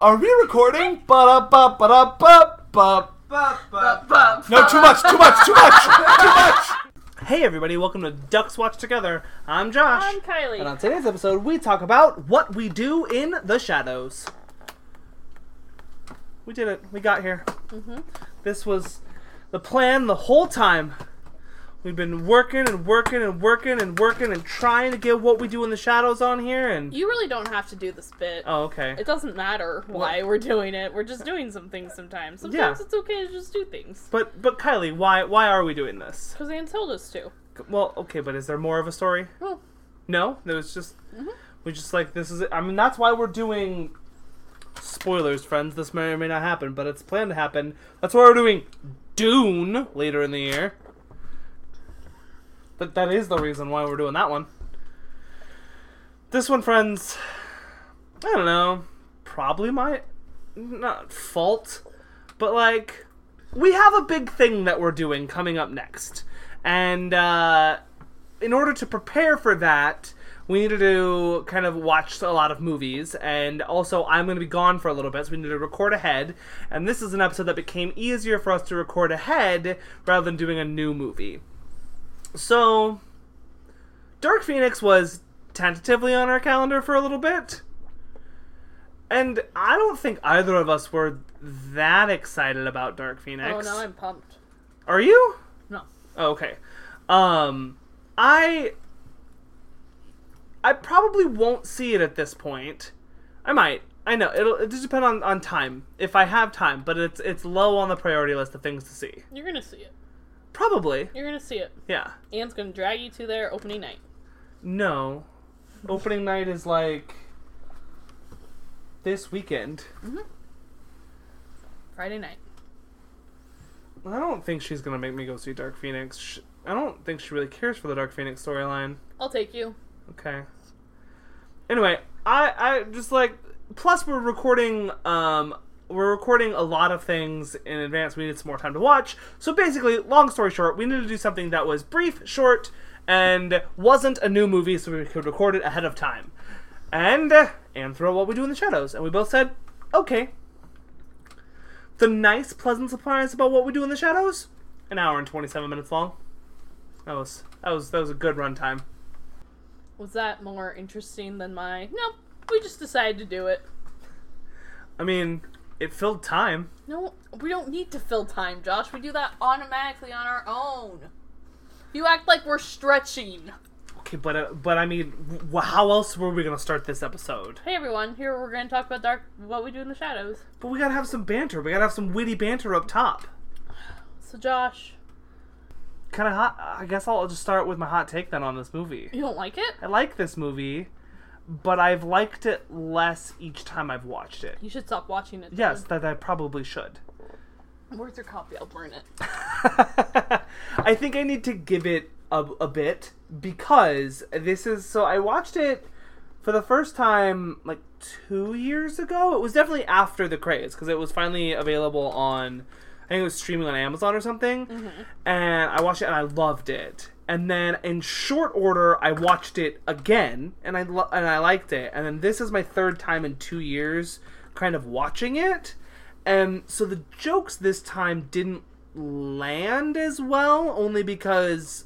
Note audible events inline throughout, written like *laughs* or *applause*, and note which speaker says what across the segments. Speaker 1: Are we recording? Ba ba ba ba ba. No, too much, too much, too much, too much.
Speaker 2: Hey everybody, welcome to Ducks Watch Together. I'm Josh.
Speaker 3: I'm Um, Kylie.
Speaker 2: and on today's episode, we talk about what we do in the shadows. We did it. We got here.
Speaker 3: Mm-hmm.
Speaker 2: This was the plan the whole time. We've been working and working and working and working and trying to get what we do in the shadows on here. And
Speaker 3: you really don't have to do this bit.
Speaker 2: oh, okay.
Speaker 3: It doesn't matter why we're doing it. We're just doing some things sometimes. Sometimes it's okay to just do things.
Speaker 2: But but Kylie, why why are we doing this?
Speaker 3: Because Anne told us to.
Speaker 2: Well, okay, but is there more of a story?
Speaker 3: Well,
Speaker 2: No, it was just we just like this is. It. I mean, that's why we're doing spoilers, friends. This may or may not happen, but it's planned to happen. That's why we're doing Dune later in the year. But that is the reason why we're doing that one. This one, friends. I don't know. Probably my not fault, but like we have a big thing that we're doing coming up next, and. uh in order to prepare for that, we needed to kind of watch a lot of movies, and also I'm going to be gone for a little bit, so we need to record ahead. And this is an episode that became easier for us to record ahead rather than doing a new movie. So, Dark Phoenix was tentatively on our calendar for a little bit. And I don't think either of us were that excited about Dark
Speaker 3: oh,
Speaker 2: Phoenix.
Speaker 3: now I'm pumped.
Speaker 2: Are you?
Speaker 3: No.
Speaker 2: Oh, okay. Um, I I probably won't see it at this point. I might. I know it'll it just depend on, on time if I have time, but it's it's low on the priority list of things to see.
Speaker 3: You're going to see it.
Speaker 2: Probably,
Speaker 3: You're going to see it.
Speaker 2: yeah.
Speaker 3: Anne's going to drag you to their opening night.
Speaker 2: No, opening night is like this weekend.
Speaker 3: Mm-hmm. Friday night.
Speaker 2: I don't think she's gonna make me go see Dark Phoenix. Sh I don't think she really cares for the Dark Phoenix storyline.
Speaker 3: I'll take you.
Speaker 2: Okay. Anyway, I I just like plus we're recording um we're recording a lot of things in advance. We needed some more time to watch. So basically, long story short, we needed to do something that was brief, short, and wasn't a new movie, so we could record it ahead of time. And uh, and throw what we do in the shadows. And we both said, okay. The nice, pleasant surprise about what we do in the shadows, an hour and twenty-seven minutes long. That was that was that was a good runtime.
Speaker 3: Was that more interesting than my. No, we just decided to do it.
Speaker 2: I mean, it filled time.
Speaker 3: No, we don't need to fill time, Josh. We do that automatically on our own. You act like we're stretching.
Speaker 2: Okay, but uh, but I mean, wh- how else were we gonna start this episode?
Speaker 3: Hey everyone, here we're gonna talk about dark what we do in the shadows.
Speaker 2: But we gotta have some banter. We gotta have some witty banter up top.
Speaker 3: So Josh,
Speaker 2: Kind of hot. I guess I'll just start with my hot take then on this movie.
Speaker 3: you don't like it?
Speaker 2: I like this movie, but I've liked it less each time I've watched it.
Speaker 3: You should stop watching it.
Speaker 2: Yes, that I probably should.
Speaker 3: Where's your copy? I'll burn it.
Speaker 2: *laughs* I think I need to give it a, a bit because this is so. I watched it for the first time like two years ago. It was definitely after the craze because it was finally available on. I think it was streaming on Amazon or something, and I watched it and I loved it. And then in short order, I watched it again and I lo- and I liked it. And then this is my third time in two years, kind of watching it. And so the jokes this time didn't land as well, only because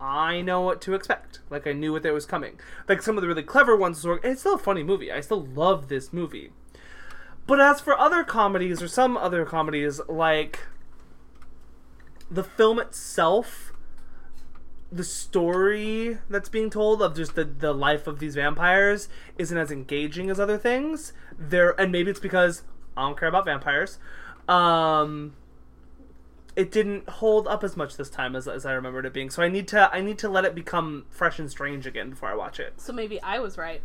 Speaker 2: I know what to expect. Like I knew what there was coming. Like some of the really clever ones were. It's still a funny movie. I still love this movie. But as for other comedies or some other comedies, like the film itself, the story that's being told of just the, the life of these vampires isn't as engaging as other things. There and maybe it's because I don't care about vampires. Um it didn't hold up as much this time as, as I remembered it being. So I need to I need to let it become fresh and strange again before I watch it.
Speaker 3: So maybe I was right.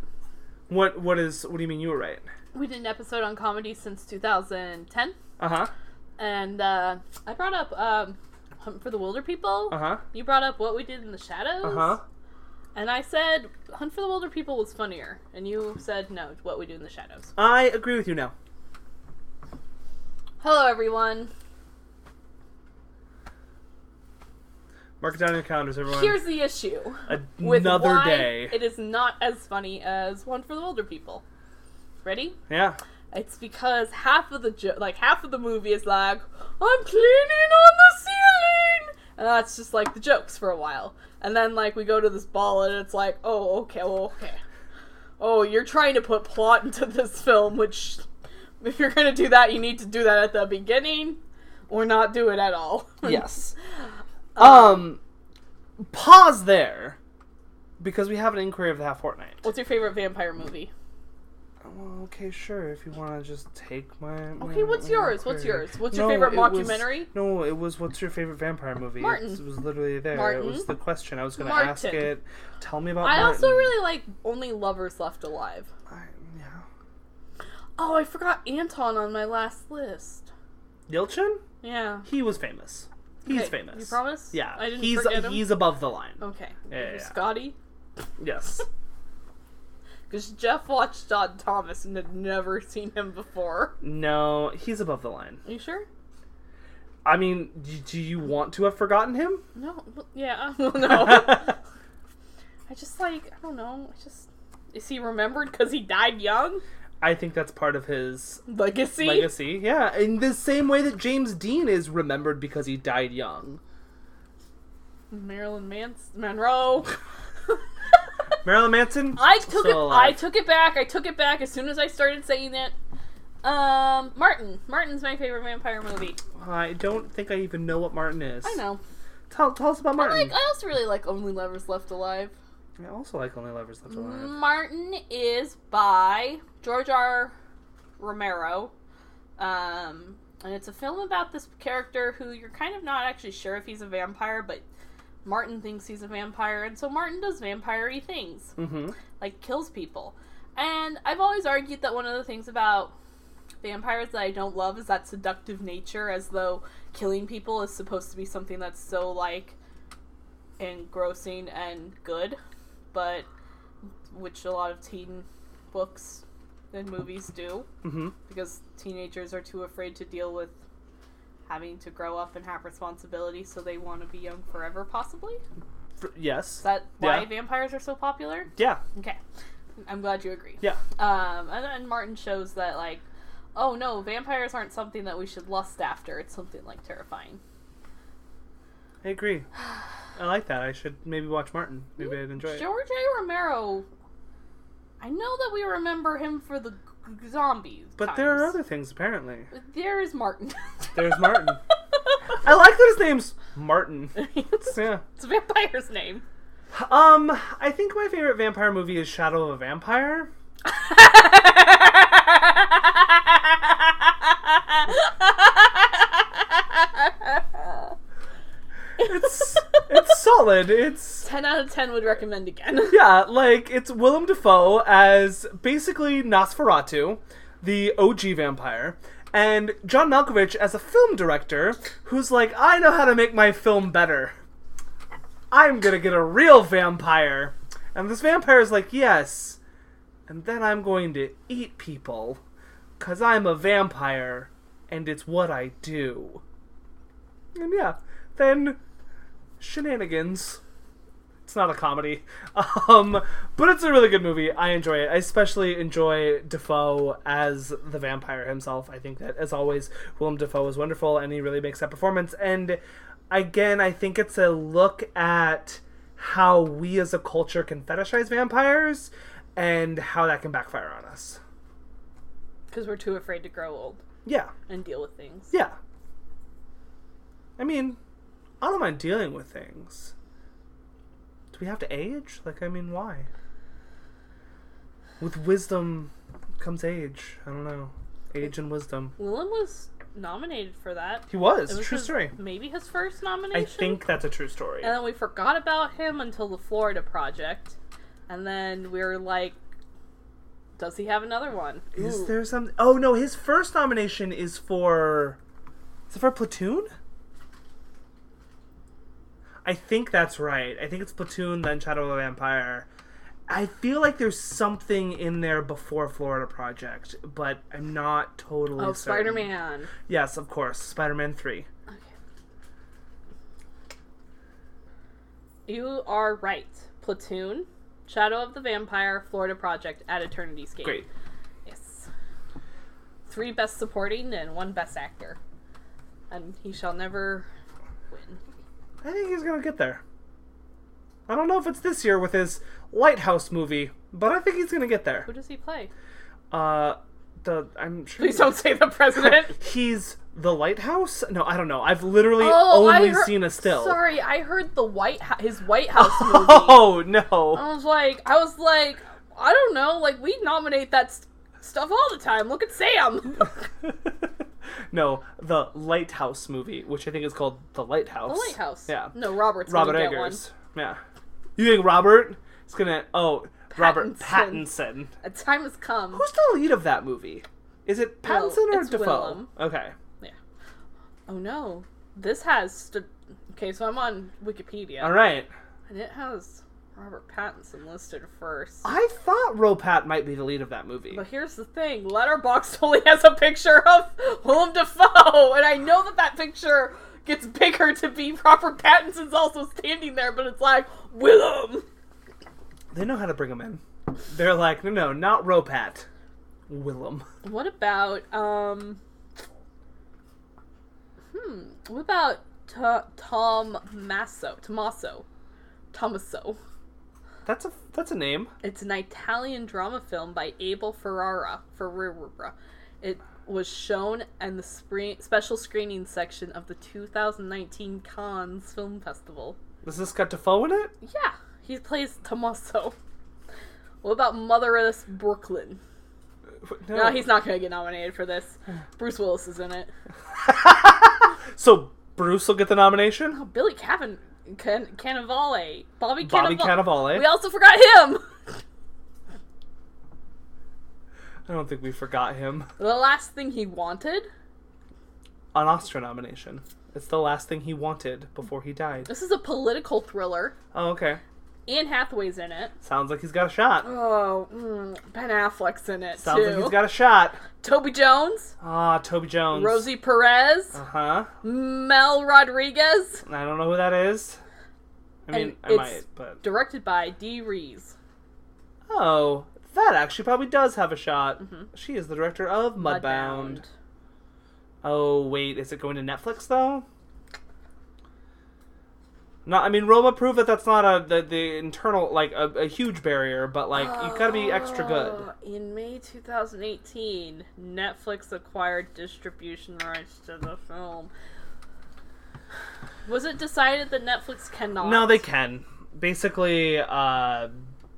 Speaker 2: What what is what do you mean you were right?
Speaker 3: We did an episode on comedy since 2010,
Speaker 2: Uh huh.
Speaker 3: and uh, I brought up um, Hunt for the Wilder People.
Speaker 2: Uh huh.
Speaker 3: You brought up what we did in the shadows.
Speaker 2: Uh huh.
Speaker 3: And I said Hunt for the Wilder People was funnier, and you said no, what we do in the shadows.
Speaker 2: I agree with you now.
Speaker 3: Hello everyone.
Speaker 2: Mark it down in your calendars, everyone.
Speaker 3: Here's the issue. with
Speaker 2: Another
Speaker 3: why
Speaker 2: day.
Speaker 3: It is not as funny as one for the older people. Ready? *laughs*
Speaker 2: yeah.
Speaker 3: It's because half of the jo- like half of the movie is like I'm cleaning on the ceiling, and that's just like the jokes for a while. And then like we go to this ball, and it's like, oh okay, well okay, oh you're trying to put plot into this film, which if you're gonna do that, you need to do that at the beginning, or not do it at all. *laughs*
Speaker 2: yes.
Speaker 3: Uh,
Speaker 2: Um, pause there, because we have an inquiry of the half fortnight.
Speaker 3: What's your favorite vampire movie?
Speaker 2: Well, Oh, okay, sure. If you want to just take my.
Speaker 3: Okay, what's yours? What's yours? What's your
Speaker 2: No,
Speaker 3: favorite
Speaker 2: it was-
Speaker 3: mockumentary?
Speaker 2: no, it was what's your favorite vampire movie?
Speaker 3: Martin.
Speaker 2: It was literally there. It was
Speaker 3: Martin.
Speaker 2: the question I was going to
Speaker 3: Martin.
Speaker 2: ask it. Tell me about.
Speaker 3: I also
Speaker 2: Martin.
Speaker 3: really like Only Lovers Left Alive.
Speaker 2: I- yeah.
Speaker 3: Oh, I forgot Anton on my last list.
Speaker 2: Yelchin?
Speaker 3: Yeah.
Speaker 2: He was famous. He's
Speaker 3: Okay,
Speaker 2: famous.
Speaker 3: You promise?
Speaker 2: Yeah.
Speaker 3: I didn't
Speaker 2: he's
Speaker 3: forget him.
Speaker 2: he's above the line.
Speaker 3: okay.
Speaker 2: Yeah, yeah, yeah.
Speaker 3: Scotty?
Speaker 2: Yes. *laughs*
Speaker 3: Because Jeff watched Todd Thomas and had never *laughs* seen him before.
Speaker 2: no, he's above the line.
Speaker 3: Are you sure?
Speaker 2: I mean, do, do you want to have forgotten him?
Speaker 3: No. well, Yeah. Well,
Speaker 2: *laughs*
Speaker 3: *laughs* no. I just like I don't know. I just is he remembered because he died young?
Speaker 2: I think that's part of his
Speaker 3: Legacy.
Speaker 2: legacy. Yeah, in the same way that James Dean is remembered because he died young.
Speaker 3: Marilyn Mans-
Speaker 2: *laughs*
Speaker 3: Monroe.
Speaker 2: Marilyn Manson.
Speaker 3: I took it.
Speaker 2: Still alive.
Speaker 3: I took it back. I took it back as soon as I started saying it. Um, Martin. Martin's my favorite vampire movie.
Speaker 2: I don't think I even know what Martin is.
Speaker 3: I know.
Speaker 2: Tell, tell us about
Speaker 3: I
Speaker 2: Martin.
Speaker 3: like. I also really like Only Lovers Left Alive.
Speaker 2: I also like Only Lovers
Speaker 3: Mm.
Speaker 2: Left Alive.
Speaker 3: Martin is by George R. Romero. Um, and it's a film about this character who you're kind of not actually sure if he's a vampire, but Martin thinks he's a vampire, and so Martin does vampire y things.
Speaker 2: Mm-hmm.
Speaker 3: like kills people. And I've always argued that one of the things about vampires that I don't love is that seductive nature, as though killing people is supposed to be something that's so like engrossing and good, but which a lot of teen books and movies do
Speaker 2: Mm-hmm.
Speaker 3: because teenagers are too afraid to deal with having to grow up and have responsibility, so they want to be young forever. Possibly is
Speaker 2: yes.
Speaker 3: that why
Speaker 2: Yeah.
Speaker 3: vampires are so popular?
Speaker 2: Yeah.
Speaker 3: Okay, I'm glad you agree.
Speaker 2: Yeah.
Speaker 3: Um, and then Martin shows that like, oh no, vampires aren't something that we should lust after. It's something like terrifying.
Speaker 2: I agree. I like that. I should maybe watch Martin. Maybe I'd enjoy it.
Speaker 3: George A. Romero. I know that we remember him for the g- g- zombies.
Speaker 2: But there are
Speaker 3: times.
Speaker 2: other things apparently.
Speaker 3: There is Martin.
Speaker 2: There's
Speaker 3: *laughs*
Speaker 2: Martin. I like that his name's Martin. *laughs*
Speaker 3: it's
Speaker 2: Yeah.
Speaker 3: a vampire's name. *laughs*
Speaker 2: Um, I think my favorite vampire movie is Shadow of a Vampire. It's it's solid. It's
Speaker 3: 10 out of 10 would recommend again.
Speaker 2: *laughs* yeah, like it's Willem Dafoe as basically Nosferatu, the OG vampire, and John Malkovich as a film director who's like, I know how to make my film better. I'm gonna get a real vampire, and this vampire is like, yes, and then I'm going to eat people, cause I'm a vampire, and it's what I do. And yeah, then shenanigans. It's not a comedy, *laughs* um, but it's a really good movie. I enjoy it. I especially enjoy Defoe as the vampire himself. I think that, as always, Willem Defoe is wonderful, and he really makes that performance. And again, I think it's a look at how we as a culture can fetishize vampires and how that can backfire on us.
Speaker 3: Because we're too afraid to grow old
Speaker 2: Yeah,
Speaker 3: and deal with things.
Speaker 2: yeah. I mean, I don't mind dealing with things. Do we have to age? Like, I mean, why? With wisdom comes age. I don't know. Age and wisdom.
Speaker 3: Willem was nominated for that.
Speaker 2: He was.
Speaker 3: It was
Speaker 2: true
Speaker 3: his-
Speaker 2: story.
Speaker 3: Maybe his first
Speaker 2: I
Speaker 3: nomination.
Speaker 2: think that's a true story.
Speaker 3: And then we forgot about him until the Florida Project. And then we were like, does he have another one?
Speaker 2: Is
Speaker 3: Ooh.
Speaker 2: there some? Oh no, his first nomination is for. Is it for Platoon? I think that's right. I think it's Platoon, then Shadow of a Vampire. I feel like there's something in there before Florida Project, but I'm not totally.
Speaker 3: Oh,
Speaker 2: certain.
Speaker 3: Spider Man.
Speaker 2: Yes, of course, Spider-Man Three.
Speaker 3: Okay. You are right. Platoon, Shadow of the Vampire, Florida Project, at Eternity's Gate.
Speaker 2: Great.
Speaker 3: Yes. three best supporting and one best actor. And he shall never win.
Speaker 2: I think he's gonna get there. I don't know if it's this year with his lighthouse movie, but I think he's gonna get there.
Speaker 3: Who does he play?
Speaker 2: Uh, the I'm sure
Speaker 3: Please don't say the
Speaker 2: *laughs*
Speaker 3: president.
Speaker 2: he's the lighthouse. No, I don't know. I've literally
Speaker 3: Oh, I
Speaker 2: only
Speaker 3: heard-
Speaker 2: seen a still.
Speaker 3: Sorry, I heard the White House, his White House
Speaker 2: *laughs*
Speaker 3: movie.
Speaker 2: Oh no! *laughs*
Speaker 3: I was like, I was like, I don't know. Like we nominate that st- stuff all the time. Look
Speaker 2: *laughs*
Speaker 3: at Sam.
Speaker 2: no, the lighthouse movie, which I think is called the lighthouse.
Speaker 3: The Lighthouse.
Speaker 2: Yeah.
Speaker 3: No, Robert's
Speaker 2: Robert
Speaker 3: gonna
Speaker 2: Eggers. Yeah. You think Robert is gonna? Oh, Robert
Speaker 3: Pattinson.
Speaker 2: Pattinson.
Speaker 3: get one. A time has come.
Speaker 2: Who's the lead of that movie? Is it Pattinson or
Speaker 3: it's
Speaker 2: Defoe?
Speaker 3: Willem.
Speaker 2: Okay.
Speaker 3: Oh no, this has. St- okay, so I'm on Wikipedia,
Speaker 2: All right.
Speaker 3: and it has Robert Pattinson listed first.
Speaker 2: I thought Ropat might be the lead of that movie.
Speaker 3: But here's the thing: Letterboxd *laughs* only has a picture of Willem Dafoe, and I know that that picture gets bigger to be Robert Pattinson's also standing there, but it's like Willem.
Speaker 2: They know how to bring him in. They're like, no, no, not Ropat. Willem. *laughs*
Speaker 3: What about um? Hmm. What about t- Tom Masso? Tommaso. Tommaso.
Speaker 2: That's a that's a name.
Speaker 3: It's an Italian drama film by Abel Ferrara. Ferrara. It was shown in the spring, special screening section of the 2019 Cannes Film Festival.
Speaker 2: Does this got Defoe in it?
Speaker 3: Yeah, he plays Tommaso. What about Motherless Brooklyn?
Speaker 2: Oh.
Speaker 3: No, he's not going to get nominated for this. Bruce Willis is in
Speaker 2: *laughs*
Speaker 3: it.
Speaker 2: So Bruce will get the nomination.
Speaker 3: Oh, Billy Cavan- Can- Cannavale. Bobby Cannavale.
Speaker 2: Bobby Cannavale.
Speaker 3: We also forgot him! *laughs*
Speaker 2: I don't think we forgot him.
Speaker 3: the last thing he wanted.
Speaker 2: An Oscar nomination. It's the last thing he wanted before he died.
Speaker 3: This is a political thriller.
Speaker 2: Oh, okay.
Speaker 3: Anne Hathaway's in it.
Speaker 2: Sounds like he's got a shot.
Speaker 3: Oh, mm, Ben Affleck's in it
Speaker 2: Sounds
Speaker 3: too.
Speaker 2: like he's got a shot.
Speaker 3: Toby Jones,
Speaker 2: Ah, Toby Jones.
Speaker 3: Rosie Perez,
Speaker 2: Uh huh.
Speaker 3: Mel Rodriguez,
Speaker 2: I don't know who that is. I mean, I
Speaker 3: it's-
Speaker 2: might, but
Speaker 3: directed by Dee Rees.
Speaker 2: oh, that actually probably does have a shot.
Speaker 3: Mm-hmm.
Speaker 2: She is the director of Mudbound. Oh wait, is it going to Netflix though? No, I mean Roma proved that that's not a the, the internal like a, a huge barrier, but like you gotta be extra good.
Speaker 3: Oh, In May 2018, Netflix acquired distribution rights to the film. Was it decided that Netflix cannot?
Speaker 2: No, they can. Basically, uh,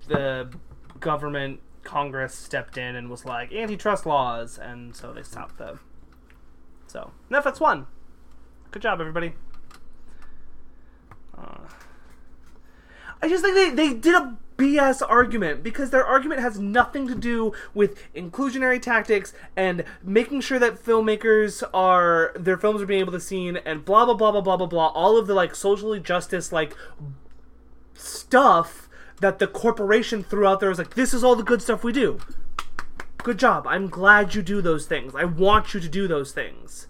Speaker 2: the government, Congress stepped in and was like antitrust laws, and so they stopped the. So Netflix won. Good job, everybody. Uh, I just think they, they did a BS argument because their argument has nothing to do with inclusionary tactics and making sure that filmmakers are their films are being able to seen and blah blah blah blah blah blah blah all of the like socially justice like stuff that the corporation threw out there was like this is all the good stuff we do. Good job. I'm glad you do those things. I want you to do those things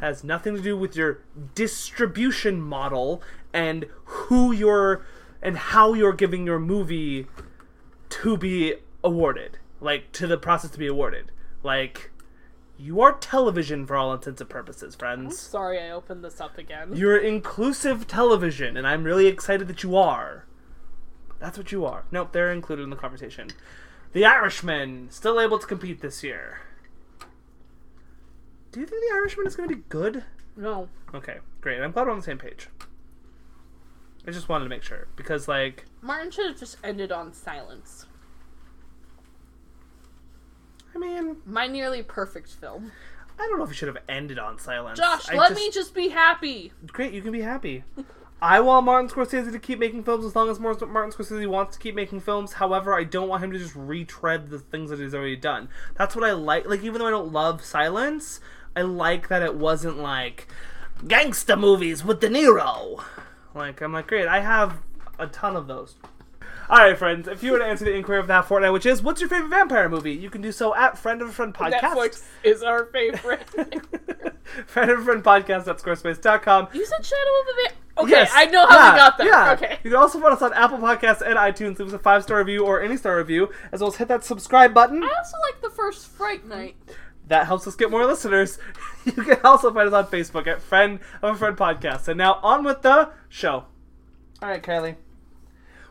Speaker 2: has nothing to do with your distribution model and who you're and how you're giving your movie to be awarded like to the process to be awarded like you are television for all intents and purposes friends
Speaker 3: Sorry, I opened this up again.
Speaker 2: you're inclusive television and i'm really excited that you are that's what you are nope they're included in the conversation the irishman still able to compete this year do you think the irishman is going to be good
Speaker 3: No,
Speaker 2: Okay, great. I'm glad we're on the same page. I just wanted to make sure because, like,
Speaker 3: Martin should have just ended on silence.
Speaker 2: I mean,
Speaker 3: My nearly perfect film.
Speaker 2: I don't know if we should have ended on silence.
Speaker 3: Josh,
Speaker 2: I
Speaker 3: let
Speaker 2: just-
Speaker 3: me just be happy.
Speaker 2: Great, you can be happy. I want Martin Scorsese to keep making films as long as Mar- Martin Scorsese wants to keep making films. However, I don't want him to just retread the things that he's already done. That's what I like. Like, even though I don't love Silence, I like that it wasn't like gangsta movies with De Niro. Like, I'm like, great, I have a ton of those. All right, friends. If you were to answer the inquiry of that fortnight, which is, what's your favorite vampire movie? You can do so at friend of a friend podcast.
Speaker 3: Netflix is our favorite.
Speaker 2: *laughs* friend of a friend podcast at squarespace.com.
Speaker 3: *laughs* you said Shadow of the Va- Okay,
Speaker 2: Yes.
Speaker 3: I know how
Speaker 2: yeah.
Speaker 3: we got there.
Speaker 2: Yeah.
Speaker 3: Okay.
Speaker 2: You can also find us on Apple Podcasts and iTunes. Leave us a
Speaker 3: Ah.
Speaker 2: five star review or any star review, as well as hit that subscribe button.
Speaker 3: I also like the first Fright Night.
Speaker 2: That helps us get more listeners. *laughs* You can also find us on Facebook at Friend of a Friend Podcast. And now on with the show. All right, Kylie.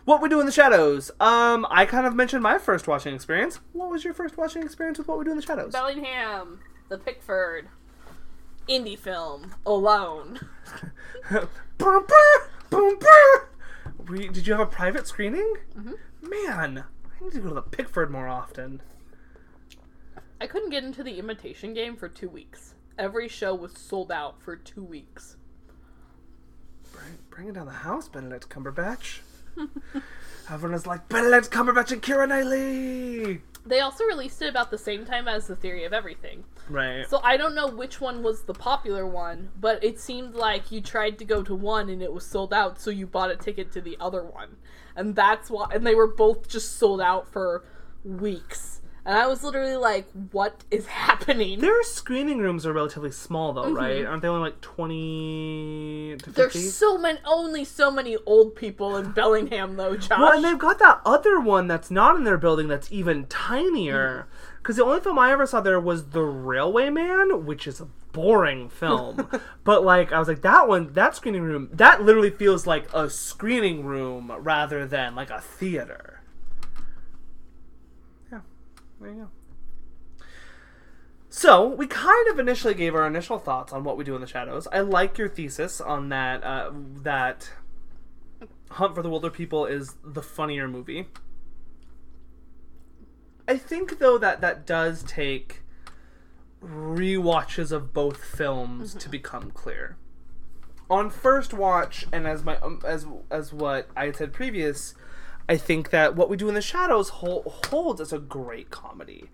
Speaker 2: What we do in the shadows. Um, I kind of mentioned my first watching experience. What was your first watching experience with What We Do in the Shadows? *laughs*
Speaker 3: Bellingham, The Pickford, indie film, Alone.
Speaker 2: Boom, brr, boom, brr. We, did you have a private screening?
Speaker 3: Mm-hmm.
Speaker 2: Man, I need to go to the Pickford more often.
Speaker 3: I couldn't get into the imitation game for two weeks. Every show was sold out for two weeks.
Speaker 2: Bring, bringing down the house, Benedict Cumberbatch. *laughs* Everyone is like, Benedict Cumberbatch and Kira Knightley!
Speaker 3: They also released it about the same time as The Theory of Everything.
Speaker 2: Right.
Speaker 3: So I don't know which one was the popular one, but it seemed like you tried to go to one and it was sold out, so you bought a ticket to the other one. And that's why and they were both just sold out for weeks. And I was literally like, what is *laughs* happening?
Speaker 2: Their screening rooms are relatively small, though, right? Aren't they only like 20 to 50?
Speaker 3: There's so many only so many old people in Bellingham though, Josh.
Speaker 2: Well, and they've got that other one that's not in their building that's even tinier. Because the only film I ever saw there was The Railway Man, which is a boring film. but, like, I was like, that one, that screening room, that literally feels like a screening room rather than like a theater. Yeah, there you go. So, we kind of initially gave our initial thoughts on what we do in the shadows. I like your thesis on that, uh, that Hunt for the Wilder People is the funnier movie. I think though that that does take rewatches of both films
Speaker 3: Mm-hmm.
Speaker 2: to become clear. On first watch, and as my um, as as what I had said previous, I think that what we do in the shadows hol- holds as a great comedy.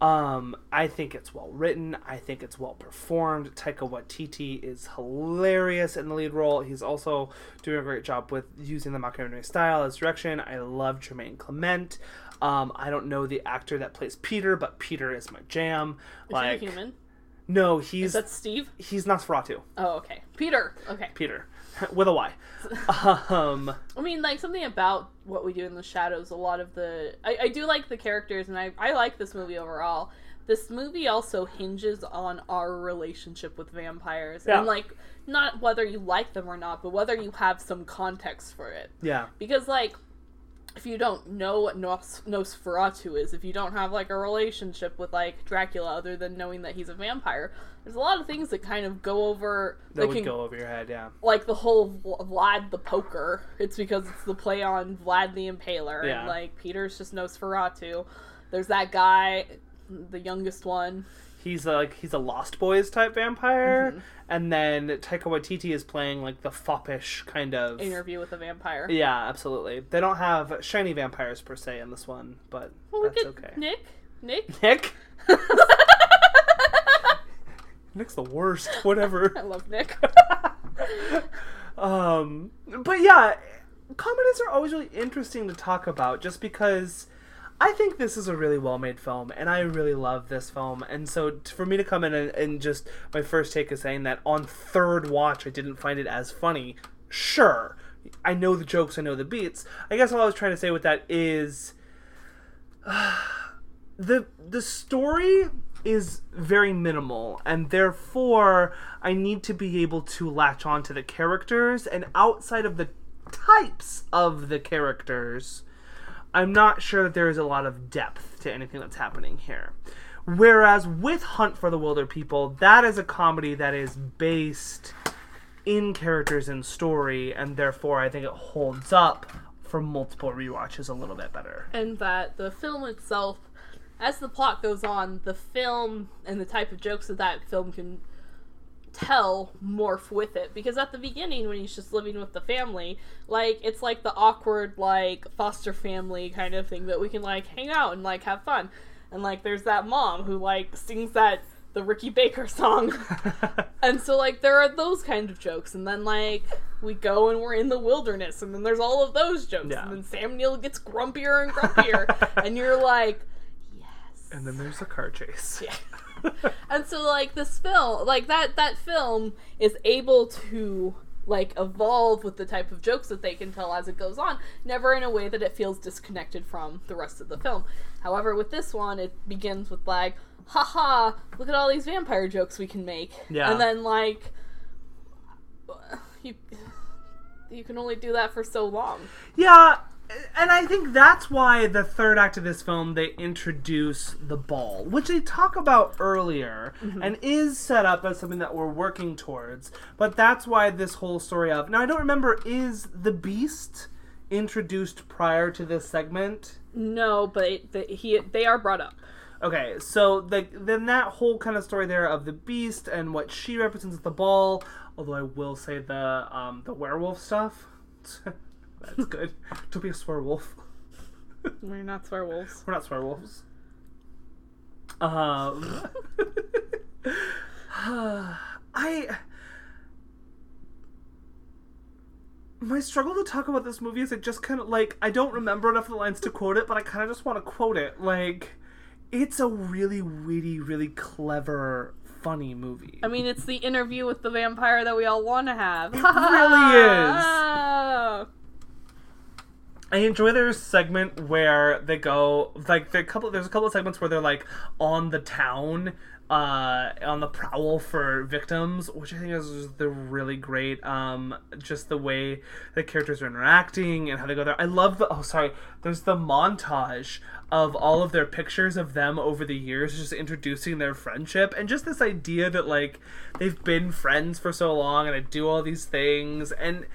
Speaker 2: Um, I think it's well written. I think it's well performed. Taika Waititi is hilarious in the lead role. He's also doing a great job with using the mockumentary style as direction. I love Jermaine Clement. Um, I don't know the actor that plays Peter, but Peter is my jam.
Speaker 3: Is he a human?
Speaker 2: no, he's
Speaker 3: Is that Steve?
Speaker 2: he's Nosferatu.
Speaker 3: Oh, okay. Peter. Okay.
Speaker 2: Peter, *laughs* with a Y. Um,
Speaker 3: I mean, like something about what we do in the shadows. A lot of the I, I do like the characters, and I I like this movie overall. This movie also hinges on our relationship with vampires,
Speaker 2: Yeah.
Speaker 3: and like not whether you like them or not, but whether you have some context for it.
Speaker 2: yeah,
Speaker 3: Because like, if you don't know what Nos- Nosferatu is, if you don't have like a relationship with like Dracula, other than knowing that he's a vampire, there's a lot of things that kind of go over
Speaker 2: that would
Speaker 3: can
Speaker 2: go over your head. Yeah,
Speaker 3: like the whole Vl- Vlad the Poker. It's because it's the play on Vlad the Impaler,
Speaker 2: Yeah.
Speaker 3: and like Peter's just Nosferatu. There's that guy, the youngest one.
Speaker 2: he's a, like he's a Lost Boys type vampire,
Speaker 3: Mm-hmm.
Speaker 2: and then Taika Waititi is playing like the foppish kind of.
Speaker 3: Interview with a vampire.
Speaker 2: Yeah, absolutely. They don't have shiny vampires per se in this one, but
Speaker 3: Well, we
Speaker 2: that's
Speaker 3: get
Speaker 2: okay.
Speaker 3: Nick. Nick.
Speaker 2: Nick,
Speaker 3: *laughs*
Speaker 2: Nick's the worst.
Speaker 3: *laughs*
Speaker 2: Whatever.
Speaker 3: I love Nick.
Speaker 2: *laughs* Um, but yeah, comedies are always really interesting to talk about just because I think this is a really well made film and I really love this film. And so t- for me to come in and, and just my first take is saying that on third watch I didn't find it as funny, sure. I know the jokes, I know the beats. I guess all I was trying to say with that is the the story is very minimal and therefore I need to be able to latch on to the characters and outside of the types of the characters I'm not sure that there is a lot of depth to anything that's happening here. Whereas with Hunt for the Wilder People, that is a comedy that is based in characters and story, and therefore I think it holds up for multiple rewatches a little bit better.
Speaker 3: and that the film itself, as the plot goes on, the film and the type of jokes that that film can tell morph with it. Because at the beginning, when he's just living with the family, like it's like the awkward like foster family kind of thing that we can like hang out and like have fun. And like there's that mom who like sings that the Ricky Baker *laughs* song. And so like there are those kind of jokes, and then like we go and we're in the wilderness, and then there's all of those jokes,
Speaker 2: Yeah.
Speaker 3: and then Sam Neill gets grumpier and grumpier, and you're like, yes.
Speaker 2: and then there's a car chase.
Speaker 3: *laughs* And so like this film, like that that film is able to like evolve with the type of jokes that they can tell as it goes on, never in a way that it feels disconnected from the rest of the film. However, with this one, it begins with like, haha, look at all these vampire jokes we can make.
Speaker 2: Yeah.
Speaker 3: And then like you you can only do that for so long.
Speaker 2: Yeah, and I think that's why the third act of this film they introduce the ball, which they talk about earlier and is set up as something that we're working towards. But that's why this whole story of now I don't remember is the beast introduced prior to this segment.
Speaker 3: No, but it, the, he they are brought up.
Speaker 2: Okay, so the, then that whole kind of story there of the beast and what she represents with the ball. Although I will say the um, the werewolf stuff, *laughs* that's good. to be a swearwolf.
Speaker 3: We're not werewolves.
Speaker 2: We're not swearwolves. *laughs* Um, I. My struggle to talk about this movie is I just kind of like I don't remember enough of the lines to quote it, but I kind of just want to quote it. Like, it's a really witty, really clever, funny movie.
Speaker 3: I mean, it's the interview with the vampire that we all want to have. *laughs* It
Speaker 2: really I enjoy their segment where they go like there are a couple there's a couple of segments where they're like on the town uh on the prowl for victims which I think is the really great um just the way the characters are interacting and how they go there. I love the oh sorry, there's the montage of all of their pictures of them over the years just introducing their friendship and just this idea that like they've been friends for so long and I do all these things and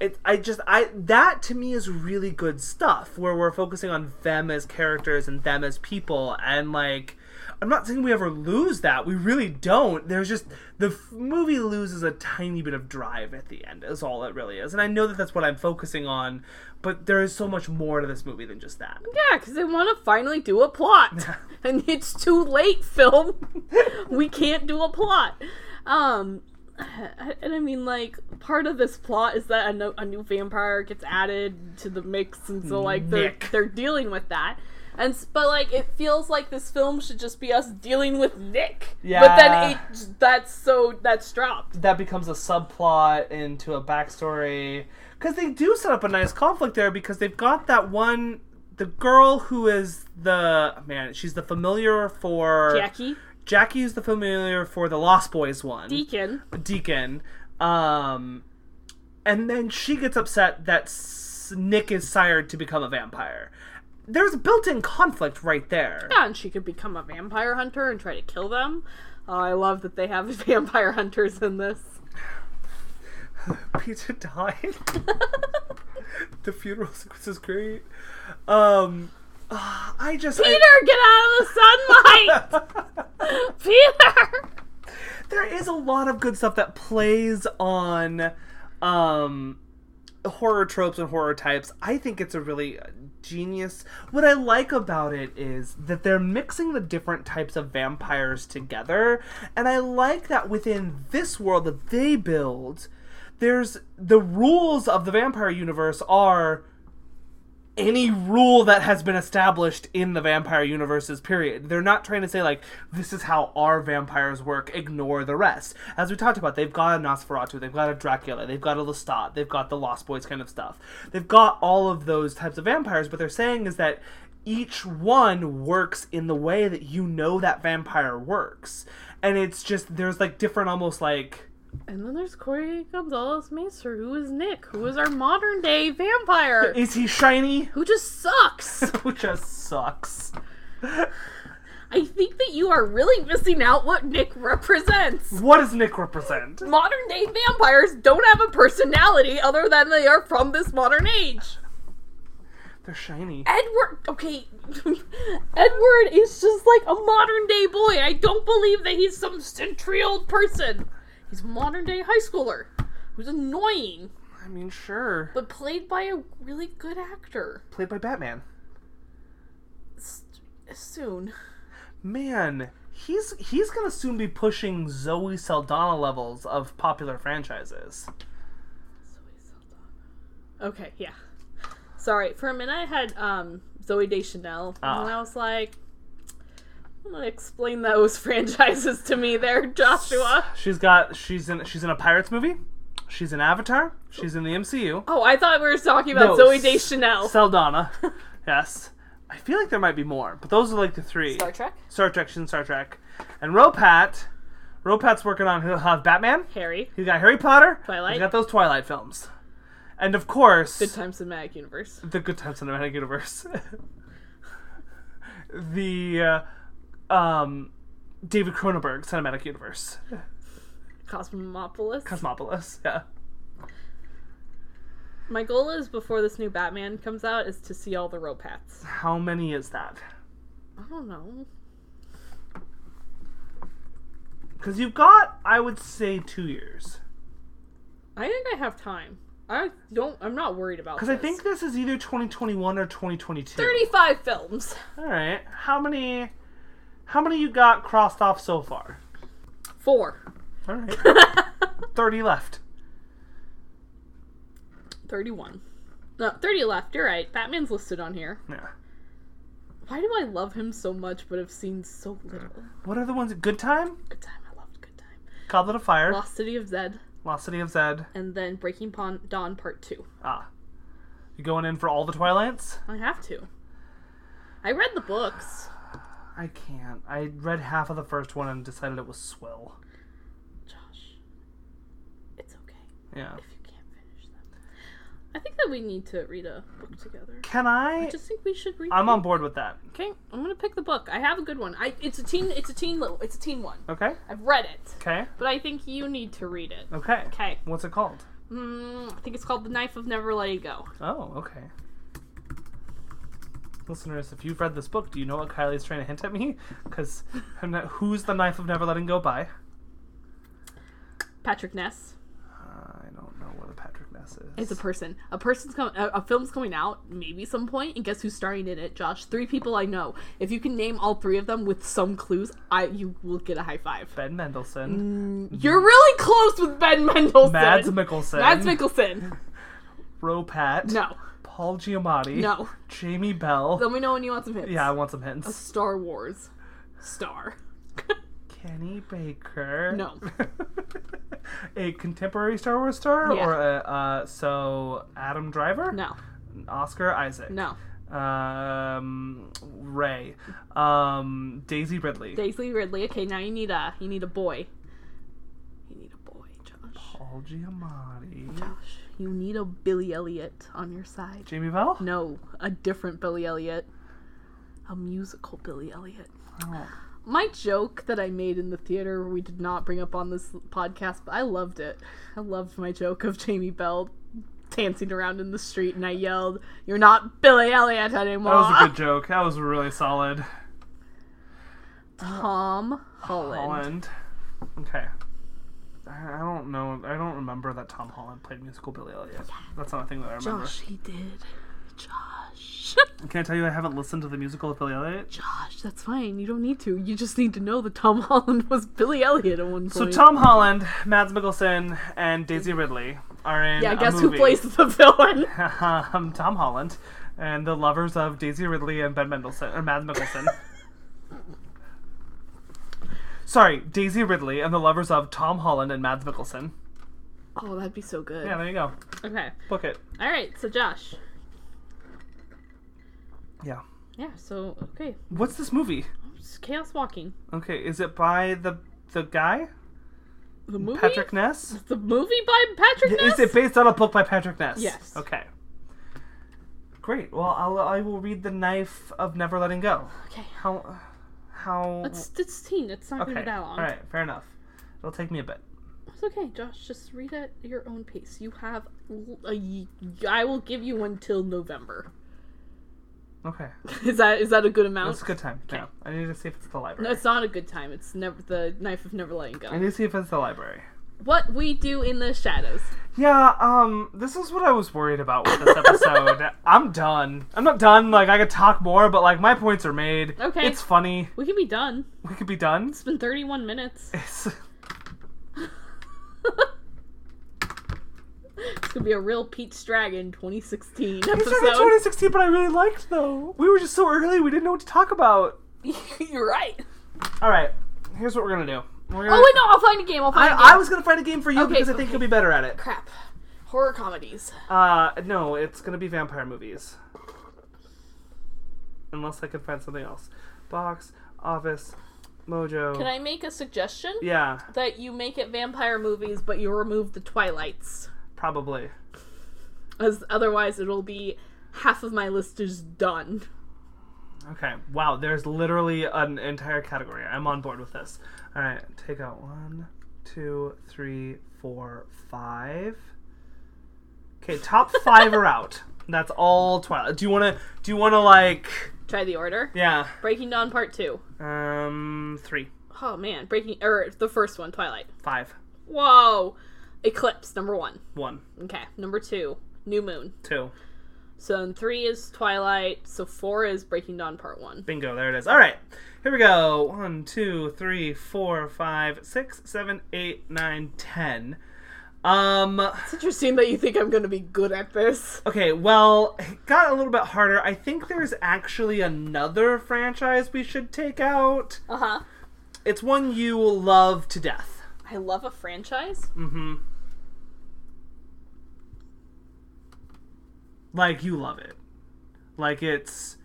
Speaker 2: it, I just I that to me is really good stuff where we're focusing on them as characters and them as people and like I'm not saying we ever lose that we really don't there's just the f- movie loses a tiny bit of drive at the end is all it really is and I know that that's what I'm focusing on but there is so much more to this movie than just that
Speaker 3: Yeah, because they want to finally do a
Speaker 2: *laughs*
Speaker 3: plot, and it's too late, film. we can't do a plot. Um, and I mean, like, part of this plot is that a, no- a new vampire gets added to the mix, and so like they're
Speaker 2: Nick.
Speaker 3: they're dealing with that. And s- but like it feels like this film should just be us dealing with Nick. But then
Speaker 2: Yeah.
Speaker 3: it that's so that's dropped.
Speaker 2: that becomes a subplot into a backstory because they do set up a nice conflict there because they've got that one the girl who is the man she's the familiar for
Speaker 3: Jackie
Speaker 2: jackie is the familiar for the lost boys one
Speaker 3: Deacon.
Speaker 2: deacon um and then she gets upset that S- nick is sired to become a vampire there's built-in conflict right there
Speaker 3: Yeah, and she could become a vampire hunter and try to kill them. Uh, I love that they have *laughs* vampire hunters in this.
Speaker 2: Peter *laughs* died. the funeral *laughs* sequence is great. Um, ah, I just I-
Speaker 3: Peter, get out of the sunlight! Peter!
Speaker 2: there is a lot of good stuff that plays on um, horror tropes and horror types. I think it's a really genius. What I like about it is that they're mixing the different types of vampires together, and I like that within this world that they build, there's the rules of the vampire universe are any rule that has been established in the vampire universes period they're not trying to say like this is how our vampires work ignore the rest as we talked about they've got a nosferatu they've got a dracula they've got a lestat they've got the lost boys kind of stuff they've got all of those types of vampires but they're saying is that each one works in the way that you know that vampire works and it's just there's like different almost like
Speaker 3: And then there's Corey Gonzalez Macer, who is Nick, who is our modern day
Speaker 2: *laughs*
Speaker 3: vampire,
Speaker 2: is he shiny
Speaker 3: who just sucks.
Speaker 2: which just sucks
Speaker 3: I think that you are really missing out what Nick represents.
Speaker 2: what does nick represent
Speaker 3: Modern day vampires don't have a personality other than they are from this modern age.
Speaker 2: they're shiny
Speaker 3: Edward, okay, *laughs* Edward is just like a modern day boy. I don't believe that he's some century old person. He's a modern day high schooler who's annoying,
Speaker 2: I mean, sure.
Speaker 3: but played by a really good actor.
Speaker 2: Played by Batman.
Speaker 3: S- soon.
Speaker 2: Man, he's he's gonna soon be pushing Zoe Saldana levels of popular franchises.
Speaker 3: Okay, yeah. Sorry, for a minute I had um, Zoe Deschanel,
Speaker 2: Ah.
Speaker 3: and I was like, I'm gonna explain *laughs* those franchises to me there, Joshua.
Speaker 2: She's got she's in she's in a Pirates movie. She's an Avatar. She's in the MCU.
Speaker 3: Oh, I thought we were talking
Speaker 2: No,
Speaker 3: about Zoe
Speaker 2: S-
Speaker 3: Deschanel. *laughs*
Speaker 2: Saldana. yes. I feel like there might be more, but those are like the three.
Speaker 3: Star Trek?
Speaker 2: Star Trek, she's in Star Trek. And Ropat. Ropat's working on he'll have Batman.
Speaker 3: Harry.
Speaker 2: He's got Harry Potter.
Speaker 3: Twilight.
Speaker 2: He's got those Twilight films. And of course,
Speaker 3: Good Times in Magic Universe.
Speaker 2: the Good Time Cinematic Universe. *laughs* the uh, um, David Cronenberg Cinematic Universe.
Speaker 3: Cosmopolis.
Speaker 2: Cosmopolis, yeah.
Speaker 3: My goal is before this new Batman comes out is to see all the Ropats.
Speaker 2: How many is that?
Speaker 3: I don't know.
Speaker 2: Because you've got, I would say, two years.
Speaker 3: I think I have time. I don't. I'm not worried about.
Speaker 2: Because I think this is either 2021 or 2022.
Speaker 3: thirty-five films.
Speaker 2: All right. How many? How many you got crossed off so far?
Speaker 3: Four.
Speaker 2: All right. *laughs* 30 left.
Speaker 3: Thirty-one. No, thirty left. You're right. Batman's listed on here.
Speaker 2: Yeah.
Speaker 3: Why do I love him so much, but have seen so little?
Speaker 2: What are the ones? Good Time,
Speaker 3: Good time. I loved Good Time.
Speaker 2: Goblet of Fire,
Speaker 3: Lost City of Zed,
Speaker 2: Lost City of Zed.
Speaker 3: and then Breaking Pon- Dawn Part Two.
Speaker 2: Ah. You going in for all the Twilights?
Speaker 3: I have to. I read the books.
Speaker 2: I can't. I read half of the first one and decided it was swill.
Speaker 3: Josh, it's okay
Speaker 2: Yeah.
Speaker 3: if you can't finish them. I think that we need to read a book together.
Speaker 2: Can I?
Speaker 3: I just think we should read.
Speaker 2: I'm on board with that.
Speaker 3: Okay, I'm gonna pick the book. I have a good one. I it's a teen it's a teen little it's a teen one.
Speaker 2: Okay.
Speaker 3: I've read it,
Speaker 2: Okay.
Speaker 3: but I think you need to read it.
Speaker 2: Okay.
Speaker 3: Okay.
Speaker 2: What's it called?
Speaker 3: Mm, I think it's called The Knife of Never Letting Go.
Speaker 2: Oh, okay. Listeners, if you've read this book, do you know what Kylie's trying to hint at me? Because who's the knife of never letting go by?
Speaker 3: Patrick Ness
Speaker 2: Uh, I don't know what a Patrick Ness is.
Speaker 3: is a person. A person's coming. A, a film's coming out maybe some point, and guess who's starring in it? Josh. Three people I know. If you can name all three of them with some clues, I you will get a high five.
Speaker 2: ben Mendelsohn,
Speaker 3: Mm, You're really close with Ben Mendelsohn.
Speaker 2: Mads Mikkelsen,
Speaker 3: Mads Mikkelsen.
Speaker 2: Ro Pat,
Speaker 3: No,
Speaker 2: Paul Giamatti,
Speaker 3: no.
Speaker 2: Jamie Bell.
Speaker 3: Let me know when you want some hits.
Speaker 2: yeah, I want some hints.
Speaker 3: Star Wars. Star. *laughs*
Speaker 2: Kenny Baker.
Speaker 3: No.
Speaker 2: *laughs* a contemporary Star Wars star,
Speaker 3: Yeah.
Speaker 2: or a, uh, so Adam Driver,
Speaker 3: No,
Speaker 2: Oscar Isaac,
Speaker 3: no.
Speaker 2: um, Ray, um, Daisy Ridley,
Speaker 3: Daisy Ridley. Okay, now you need a you need a boy. You need a boy, Josh.
Speaker 2: Paul Giamatti,
Speaker 3: Josh, you need a Billy Elliot on your side.
Speaker 2: Jamie Bell.
Speaker 3: No, a different Billy Elliot. A musical Billy Elliot.
Speaker 2: Oh.
Speaker 3: My joke that I made in the theater we did not bring up on this podcast, but I loved it. I loved my joke of Jamie Bell dancing around in the street and I yelled, You're not Billy Elliot anymore.
Speaker 2: That was a
Speaker 3: *laughs*
Speaker 2: good joke. That was really solid.
Speaker 3: Tom
Speaker 2: Holland.
Speaker 3: Holland.
Speaker 2: Okay. I I don't know. I don't remember that Tom Holland played musical Billy Elliot. That's not a thing that I remember.
Speaker 3: Josh, he did. Josh. *laughs*
Speaker 2: Can I tell you I haven't listened to the musical of Billy Elliot?
Speaker 3: Josh, that's fine. You don't need to. You just need to know that Tom Holland was Billy Elliot at one point.
Speaker 2: So Tom Holland, Mads Mikkelsen, and Daisy Ridley are in.
Speaker 3: yeah,
Speaker 2: a
Speaker 3: guess who
Speaker 2: movie.
Speaker 3: plays the villain?
Speaker 2: *laughs* um, Tom Holland and the lovers of Daisy Ridley and Ben Mendelsohn or Mads
Speaker 3: *laughs*
Speaker 2: Mikkelsen. Sorry, Daisy Ridley and the lovers of Tom Holland and Mads Mikkelsen.
Speaker 3: Oh, that'd be so good.
Speaker 2: Yeah, there you go.
Speaker 3: Okay.
Speaker 2: Book it.
Speaker 3: All right. So Josh.
Speaker 2: Yeah.
Speaker 3: Yeah. So okay.
Speaker 2: What's this movie?
Speaker 3: It's Chaos Walking.
Speaker 2: Okay, is it by the the guy
Speaker 3: The movie.
Speaker 2: Patrick Ness?
Speaker 3: The movie by Patrick Ness.
Speaker 2: Is it based on a book by Patrick Ness?
Speaker 3: Yes.
Speaker 2: Okay. Great. Well, I'll, I will read the Knife of Never Letting Go.
Speaker 3: okay.
Speaker 2: How? How?
Speaker 3: It's it's teen. It's not gonna
Speaker 2: okay.
Speaker 3: be that long.
Speaker 2: All right. Fair enough. It'll take me a bit.
Speaker 3: It's okay, Josh. Just read at your own pace. You have l- a. y- I will give you until November. *laughs*
Speaker 2: Okay.
Speaker 3: Is that is that a good amount?
Speaker 2: It's a good time. Yeah. I need to see if it's the library.
Speaker 3: No, it's not a good time. It's never the knife of never letting
Speaker 2: I
Speaker 3: go.
Speaker 2: need to see if it's the library.
Speaker 3: What we do in the shadows.
Speaker 2: Yeah, um, this is what I was worried about with this
Speaker 3: *laughs*
Speaker 2: episode. I'm done. I'm not done. Like, I could talk more, but, like, my points are made.
Speaker 3: Okay.
Speaker 2: It's funny.
Speaker 3: We can be done.
Speaker 2: We could be done.
Speaker 3: It's been 31 minutes.
Speaker 2: It's,
Speaker 3: *laughs* It's gonna be a real Peach Dragon 2016
Speaker 2: It's like
Speaker 3: episode.
Speaker 2: 2016, but I really liked though. We were just so early, we didn't know what to talk about.
Speaker 3: *laughs* You're right.
Speaker 2: All right, here's what we're gonna do. We're
Speaker 3: Oh
Speaker 2: gonna-
Speaker 3: wait, no, I'll find a game. I'll find a game.
Speaker 2: I, I was gonna find a game for you
Speaker 3: Okay,
Speaker 2: because I think
Speaker 3: okay.
Speaker 2: you'll be better at it.
Speaker 3: crap. Horror comedies.
Speaker 2: Uh, no, it's gonna be vampire movies. Unless I can find something else. Box, office, mojo.
Speaker 3: Can I make a suggestion?
Speaker 2: Yeah,
Speaker 3: That you make it vampire movies, but you remove the twilights,
Speaker 2: probably.
Speaker 3: as otherwise it'll be half of my list is done.
Speaker 2: Okay. Wow, there's literally an entire category. I'm on board with this. All right, take out one, two, three, four, five. Okay,
Speaker 3: *laughs*
Speaker 2: top five are out. That's all Twilight. Do you wanna? Do you wanna like?
Speaker 3: Try the order.
Speaker 2: Yeah.
Speaker 3: Breaking Dawn Part Two.
Speaker 2: Um, three,
Speaker 3: Oh man, Breaking or the first one, Twilight.
Speaker 2: five,
Speaker 3: Whoa, Eclipse number one.
Speaker 2: one,
Speaker 3: Okay, number two, New Moon.
Speaker 2: two.
Speaker 3: So then three is Twilight. So four is Breaking Dawn Part One.
Speaker 2: Bingo, there it is. All right, here we go. One, two, three, four, five, six, seven, eight, nine, ten. Um,
Speaker 3: It's interesting that you think I'm going to be good
Speaker 2: *laughs*
Speaker 3: at this.
Speaker 2: okay, well, it got a little bit harder. I think there's actually another franchise we should take out.
Speaker 3: Uh huh.
Speaker 2: It's one you will love to death.
Speaker 3: I love a franchise.
Speaker 2: Mm-hmm. Like you love it. Like it's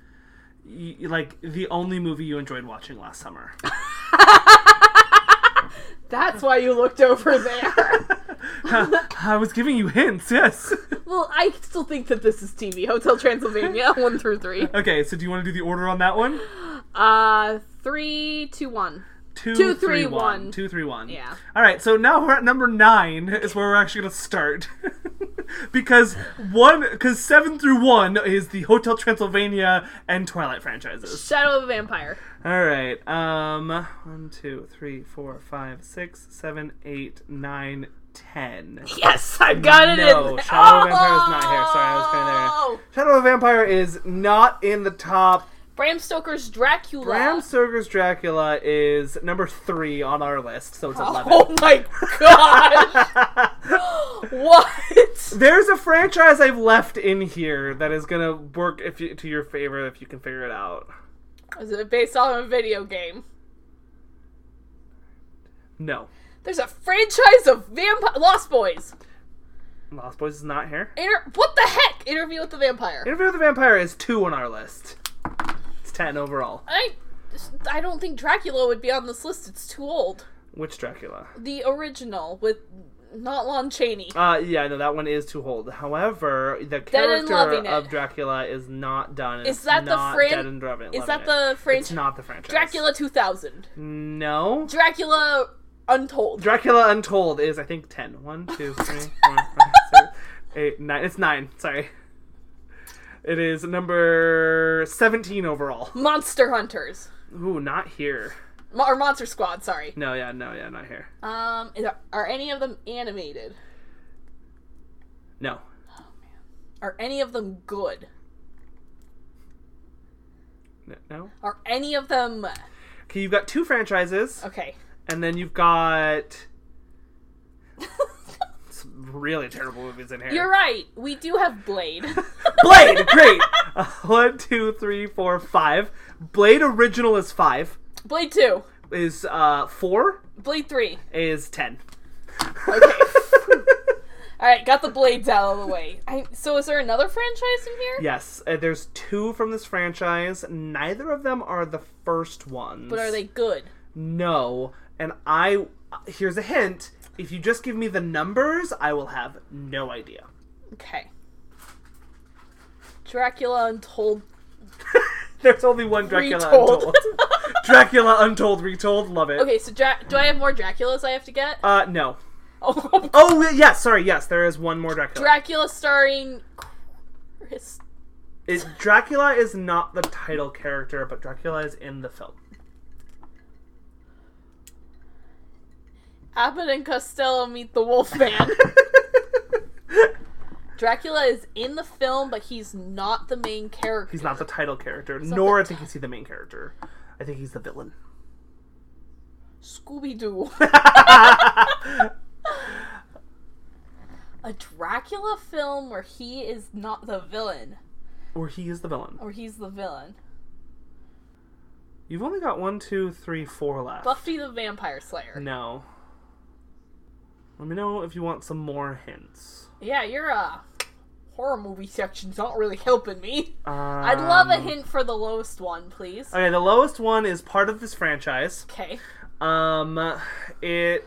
Speaker 2: y- like the only movie you enjoyed watching last summer. *laughs*
Speaker 3: That's why you looked over
Speaker 2: *laughs*
Speaker 3: there.
Speaker 2: I was giving you hints, yes. *laughs*
Speaker 3: well, I still think that this is TV. Hotel Transylvania, *laughs* one through three.
Speaker 2: okay, so do you want to do the order on that one?
Speaker 3: Uh, three, two, one.
Speaker 2: Two,
Speaker 3: Two,
Speaker 2: three,
Speaker 3: three,
Speaker 2: one.
Speaker 3: one.
Speaker 2: Two, three, one.
Speaker 3: Yeah.
Speaker 2: All right, so now we're at number nine is where we're actually going to start. *laughs* because one, because seven through one is the Hotel Transylvania and Twilight franchises.
Speaker 3: Shadow of a Vampire.
Speaker 2: All right, um, one, two, three, four, five, six, seven, eight, nine, ten.
Speaker 3: Yes, I got it
Speaker 2: No,
Speaker 3: in. there. Oh!
Speaker 2: Shadow of a Vampire is not here. Sorry, I was kinda Shadow of a Vampire is not in the top
Speaker 3: Bram Stoker's Dracula.
Speaker 2: Bram Stoker's Dracula is number three on our list, so it's
Speaker 3: *laughs* *laughs* Oh my god!
Speaker 2: *laughs* 11.
Speaker 3: what?
Speaker 2: There's a franchise I've left in here that is gonna work if you, to your favor if you can figure it out.
Speaker 3: Is it based on a video game?
Speaker 2: No.
Speaker 3: There's a franchise of vampire Lost Boys.
Speaker 2: Lost Boys is not here.
Speaker 3: Inter- what the heck? Interview with the Vampire.
Speaker 2: Interview with the Vampire is two on our list. It's ten overall.
Speaker 3: I, I don't think Dracula would be on this list. It's too old.
Speaker 2: Which Dracula?
Speaker 3: The original with not Lon Chaney.
Speaker 2: Uh, yeah, no, that one is too old. However, the
Speaker 3: and
Speaker 2: character
Speaker 3: Loving It.
Speaker 2: of Dracula is not done. and
Speaker 3: Is
Speaker 2: it's
Speaker 3: that the
Speaker 2: not
Speaker 3: fran-
Speaker 2: Dead and Loving
Speaker 3: Is that
Speaker 2: It.
Speaker 3: the
Speaker 2: It's
Speaker 3: franchise?
Speaker 2: not the franchise.
Speaker 3: Dracula 2000.
Speaker 2: No.
Speaker 3: Dracula Untold.
Speaker 2: Dracula Untold is I think ten. One, two, three, four, five, six, eight, nine. It's nine. Sorry. It is number seventeen overall.
Speaker 3: Monster Hunters.
Speaker 2: Ooh, not here.
Speaker 3: Mo- or Monster Squad, sorry.
Speaker 2: No, yeah, no, yeah, not here.
Speaker 3: Um, is- are any of them animated?
Speaker 2: No.
Speaker 3: Are any of them good?
Speaker 2: N- No.
Speaker 3: Are any of them.
Speaker 2: Okay, you've got two franchises,
Speaker 3: Okay. *laughs*
Speaker 2: and then you've got some really terrible movies in here.
Speaker 3: You're right. We do have Blade. *laughs*
Speaker 2: Blade, great. *laughs* Uh, one, two, three, four, five. Blade original is five.
Speaker 3: Blade 2.
Speaker 2: Is uh four
Speaker 3: Blade 3.
Speaker 2: is ten. *laughs*
Speaker 3: Okay. All right, got the blades out of the way. I, so, is there another franchise in here?
Speaker 2: Yes, uh, there's two from this franchise. Neither of them are the first ones.
Speaker 3: But are they good?
Speaker 2: No. And I uh, here's a hint. If you just give me the numbers, I will have no idea. *laughs*
Speaker 3: Okay. Dracula Untold.
Speaker 2: There's only one Dracula
Speaker 3: Retold. *laughs*
Speaker 2: Untold. Dracula Untold Retold, love it.
Speaker 3: Okay, so Dra- do I have more Draculas I have to get?
Speaker 2: Uh no.
Speaker 3: *laughs* oh,
Speaker 2: Oh yes, sorry, yes, there is one more Dracula.
Speaker 3: Dracula starring Chris.
Speaker 2: It- Dracula is not the title character, but Dracula is in the
Speaker 3: *laughs*
Speaker 2: film.
Speaker 3: Abbott and Costello meet the Wolfman. Dracula is in the film, but he's not the main character.
Speaker 2: He's not the title character,
Speaker 3: not
Speaker 2: nor
Speaker 3: the
Speaker 2: I think he's the main character. I think he's the villain.
Speaker 3: Scooby Doo. A Dracula film where he is not the villain,
Speaker 2: or he is the villain.
Speaker 3: or he's the villain.
Speaker 2: You've only got one, two, three, four left.
Speaker 3: Buffy the Vampire Slayer.
Speaker 2: No. Let me know if you want some more hints.
Speaker 3: Yeah, your uh, horror movie section's not really helping me. I'd
Speaker 2: Um,
Speaker 3: love a hint for the lowest one, please.
Speaker 2: Okay, the lowest one is part of this franchise.
Speaker 3: Okay.
Speaker 2: Um, it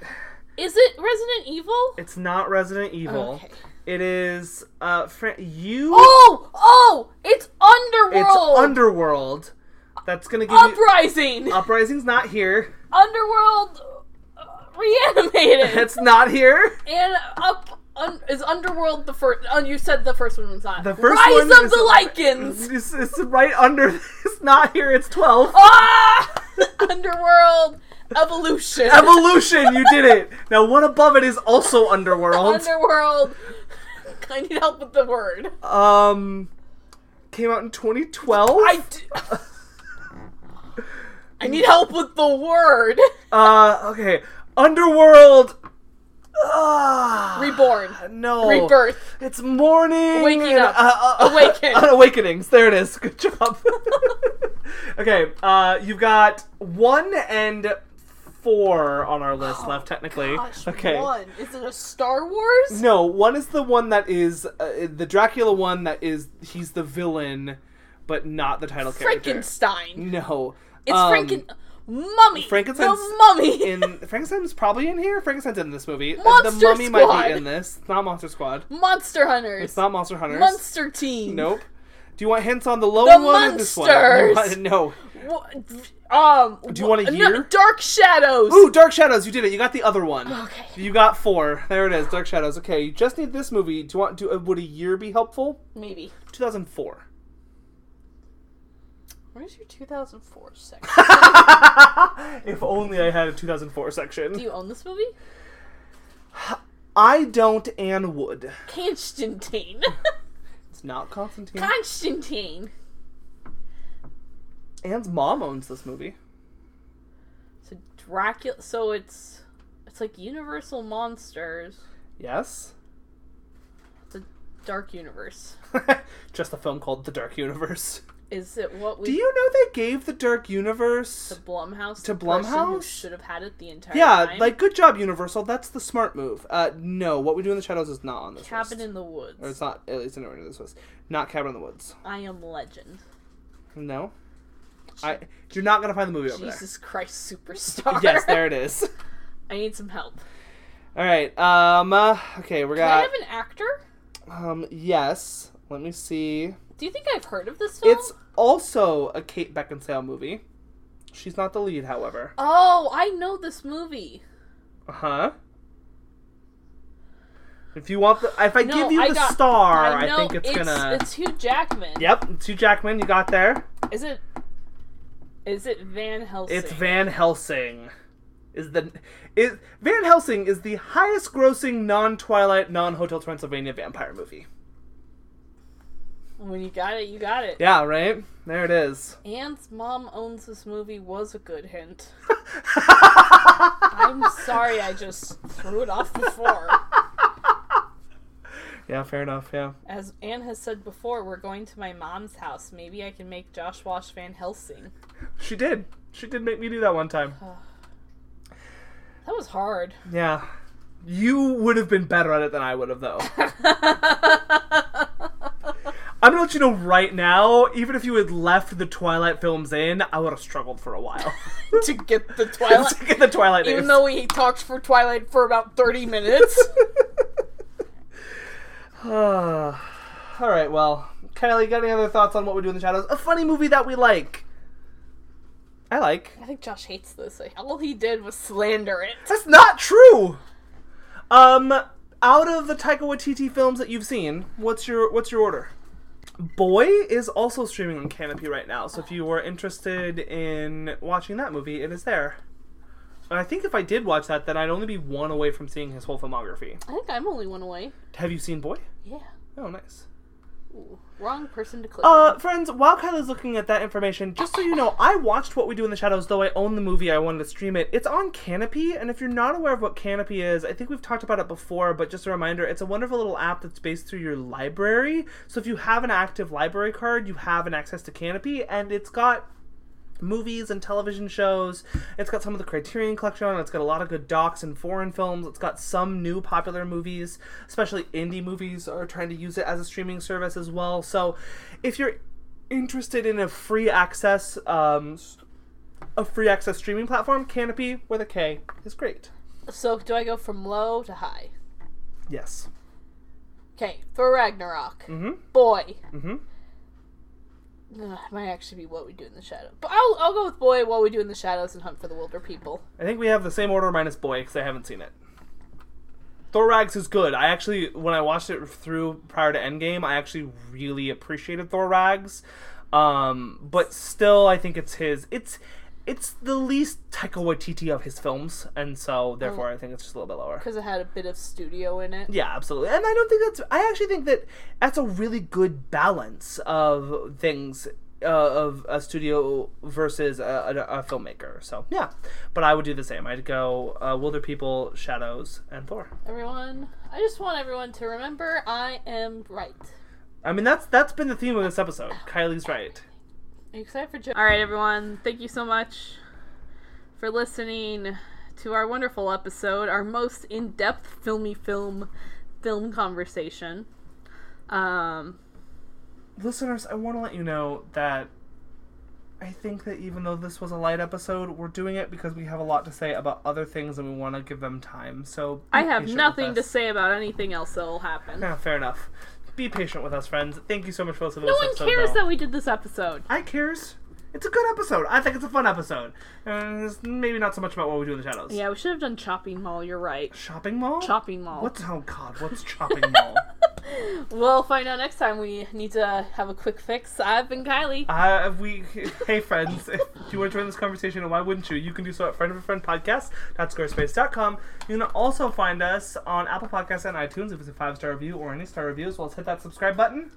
Speaker 3: Is it Resident Evil?
Speaker 2: it's not Resident Evil.
Speaker 3: Okay.
Speaker 2: It is uh, fr- you.
Speaker 3: Oh, oh, it's Underworld.
Speaker 2: it's Underworld. That's gonna give
Speaker 3: Oh,
Speaker 2: you.
Speaker 3: Uprising.
Speaker 2: Uprising's not here.
Speaker 3: Underworld uh, reanimated.
Speaker 2: *laughs* It's not here.
Speaker 3: and up un, is Underworld the first? Oh, you said the first one was not.
Speaker 2: The first
Speaker 3: Rise
Speaker 2: one
Speaker 3: of
Speaker 2: is- *laughs*
Speaker 3: the Lycans.
Speaker 2: It's, it's right under. *laughs* It's not here. It's twelve.
Speaker 3: ah, *laughs* Underworld evolution.
Speaker 2: Evolution. You did it. Now one above it is also Underworld.
Speaker 3: Underworld. *laughs* I need help with the word.
Speaker 2: um, came out in 2012.
Speaker 3: I
Speaker 2: *laughs*
Speaker 3: d- I need help with the word. *laughs*
Speaker 2: Uh, okay. Underworld. Ah.
Speaker 3: Reborn.
Speaker 2: No.
Speaker 3: Rebirth.
Speaker 2: It's morning.
Speaker 3: Waking
Speaker 2: and,
Speaker 3: up.
Speaker 2: Uh, uh, *laughs*
Speaker 3: Awaken.
Speaker 2: uh, awakenings. There it is. Good
Speaker 3: *laughs*
Speaker 2: job. okay. Uh, you've got one and four on our list left, technically.
Speaker 3: Oh, Gosh,
Speaker 2: okay.
Speaker 3: One. Is it a Star Wars?
Speaker 2: No, one is the one that is uh, the Dracula one that is he's the villain, but not the title character.
Speaker 3: Frankenstein.
Speaker 2: No.
Speaker 3: It's
Speaker 2: Um,
Speaker 3: Franken. Mummy.
Speaker 2: Frankenstein's-
Speaker 3: The mummy.
Speaker 2: in Frankenstein's probably in here. Frankenstein's in this movie. Uh, the
Speaker 3: Monster
Speaker 2: mummy might
Speaker 3: Squad.
Speaker 2: be in this. It's not Monster Squad.
Speaker 3: Monster Hunters.
Speaker 2: It's not Monster Hunters.
Speaker 3: Monster Team.
Speaker 2: Nope. Do you want hints on the low
Speaker 3: The
Speaker 2: one or this one? *laughs*
Speaker 3: Monsters!
Speaker 2: No.
Speaker 3: Wha- um.
Speaker 2: Do you want
Speaker 3: wha-
Speaker 2: a
Speaker 3: no,
Speaker 2: year?
Speaker 3: Dark Shadows.
Speaker 2: Ooh, Dark Shadows. You did it. You got the other one.
Speaker 3: Okay.
Speaker 2: You got four. There it is. Dark Shadows. Okay. You just need this movie. Do you want? Do, uh, would a year be helpful?
Speaker 3: Maybe.
Speaker 2: 2004.
Speaker 3: Where's your 2004 section?
Speaker 2: *laughs* if only I had a 2004 section.
Speaker 3: Do you own this movie?
Speaker 2: I don't. Anne would. *laughs*
Speaker 3: Constantine.
Speaker 2: It's not Constantine.
Speaker 3: Constantine.
Speaker 2: Anne's mom owns this movie.
Speaker 3: So Dracula. So it's it's like Universal monsters.
Speaker 2: Yes. *laughs*
Speaker 3: It's a dark universe.
Speaker 2: just a film called The Dark Universe.
Speaker 3: Is it what we?
Speaker 2: Do you know they gave The Dark Universe?
Speaker 3: to Blumhouse.
Speaker 2: To
Speaker 3: the person who
Speaker 2: Blumhouse?
Speaker 3: should have had it the entire
Speaker 2: Yeah,
Speaker 3: time.
Speaker 2: like good job, Universal. That's the smart move. Uh, no, what we do in the shadows is not on this
Speaker 3: Cabin
Speaker 2: list.
Speaker 3: in the
Speaker 2: or it's
Speaker 3: Woods.
Speaker 2: not. It's nowhere near this list. Not Cabin in the Woods.
Speaker 3: I am Legend.
Speaker 2: No, I. You're not gonna find the movie over
Speaker 3: Jesus Christ, superstar.
Speaker 2: there. Yes, there it is.
Speaker 3: *laughs* I need some help.
Speaker 2: All right. Um. uh, okay, we
Speaker 3: Do I
Speaker 2: got.
Speaker 3: have an actor?
Speaker 2: Um. Yes. Let me see.
Speaker 3: Do you think I've heard of this film?
Speaker 2: It's also a Kate Beckinsale movie. She's not the lead, however.
Speaker 3: Oh, I know this movie.
Speaker 2: Uh huh. If you want the, if I
Speaker 3: No,
Speaker 2: give you
Speaker 3: I
Speaker 2: the
Speaker 3: got-
Speaker 2: star, I,
Speaker 3: know
Speaker 2: think it's, gonna.
Speaker 3: It's Hugh Jackman.
Speaker 2: Yep, two Jackman, you got there.
Speaker 3: Is it? Is it Van Helsing?
Speaker 2: It's Van Helsing. Is the is Van Helsing is the highest grossing non Twilight, non Hotel Transylvania vampire movie.
Speaker 3: When you got it, you got it.
Speaker 2: Yeah, right? There it is.
Speaker 3: Anne's mom owns this movie was a good *laughs* hint. I'm sorry, I just threw it off before.
Speaker 2: Yeah, fair enough, yeah.
Speaker 3: As Anne has said before, we're going to my mom's house. Maybe I can make Josh Wash Van Helsing.
Speaker 2: She did. She did make me do that one time.
Speaker 3: That was hard.
Speaker 2: Yeah. You would have been better at it than I would have
Speaker 3: *laughs*
Speaker 2: though. I'm gonna let you know right now, even if you had left the Twilight films in, I would have struggled for a while.
Speaker 3: *laughs* to get the Twilight.
Speaker 2: *laughs* to get the Twilight
Speaker 3: *laughs* Even
Speaker 2: names.
Speaker 3: though we talked for Twilight for about 30 minutes. *laughs*
Speaker 2: all right, well, Kylie, got any other thoughts on what we do in the shadows? A funny movie that we like. I like.
Speaker 3: I think Josh hates this. Like, All he did was slander it.
Speaker 2: That's not true. Um, out of the Taika Waititi films that you've seen, what's your what's your order? Boy is also streaming on Canopy right now, so if you were interested in watching that movie, it is there. And I think if I did watch that, then I'd only be one away from seeing his whole filmography.
Speaker 3: I think I'm only one away.
Speaker 2: Have you seen Boy?
Speaker 3: Yeah.
Speaker 2: Oh, nice.
Speaker 3: Ooh, wrong person to click.
Speaker 2: Uh, friends, while Kyla's looking at that information, just so you know, I watched What We Do in the Shadows, though I own the movie, I wanted to stream it. It's on Canopy, and if you're not aware of what Canopy is, I think we've talked about it before, but just a reminder, it's a wonderful little app that's based through your library. So if you have an active library card, you have an access to Canopy, and it's got movies and television shows. It's got some of the Criterion collection on it. It's got a lot of good docs and foreign films. It's got some new popular movies, especially indie movies are trying to use it as a streaming service as well. So if you're interested in a free access um, s- a free access streaming platform, Canopy with a K is great.
Speaker 3: So do I go from low to high?
Speaker 2: Yes.
Speaker 3: Okay, Thor Ragnarok.
Speaker 2: Mhm.
Speaker 3: Boy.
Speaker 2: Mhm.
Speaker 3: Ugh, it might actually be what we do in the shadow, but I'll, I'll go with boy. What we do in the shadows and hunt for the wilder people.
Speaker 2: I think we have the same order minus boy because I haven't seen it. Thorax is good. I actually, when I watched it through prior to Endgame, I actually really appreciated Thorax. Um, but still, I think it's his. It's it's the least Taika Waititi of his films, and so therefore, I think it's just a little bit lower.
Speaker 3: because it had a bit of studio in it.
Speaker 2: Yeah, absolutely. And I don't think that's. I actually think that that's a really good balance of things uh, of a studio versus a, a, a filmmaker. So yeah, but I would do the same. I'd go uh, Wilder People, Shadows, and Thor.
Speaker 3: Everyone, I just want everyone to remember I am right.
Speaker 2: I mean, that's that's been the theme of this episode. Kylie's right.
Speaker 3: Are you excited for Joe? All right, everyone, thank you so much for listening to our wonderful episode, our most in-depth filmy film film conversation. Um,
Speaker 2: listeners, I want to let you know that I think that even though this was a light episode, we're doing it because we have a lot to say about other things and we want to give them time. So be
Speaker 3: I have
Speaker 2: patient with
Speaker 3: nothing to
Speaker 2: us.
Speaker 3: say about anything else that will happen.
Speaker 2: Yeah, fair enough. Be patient with us, friends. Thank you so much for listening.
Speaker 3: No
Speaker 2: to
Speaker 3: one
Speaker 2: this episode,
Speaker 3: cares
Speaker 2: though.
Speaker 3: that we did this episode.
Speaker 2: I cares. It's a good episode. I think it's a fun episode. And it's maybe not so much about what we do in the shadows.
Speaker 3: Yeah, we should have done Chopping Mall. You're right.
Speaker 2: Shopping mall.
Speaker 3: Chopping Mall.
Speaker 2: What's oh god? What's shopping
Speaker 3: *laughs*
Speaker 2: mall?
Speaker 3: We'll find out next time. We need to have a quick fix. I've been Kylie.
Speaker 2: Uh, we hey friends, if you want to join this conversation, and why wouldn't you? You can do so at friend of a friend podcast.squarespace.com. You can also find us on Apple Podcasts and iTunes if it's a five star review or any star review. So let's hit that subscribe button.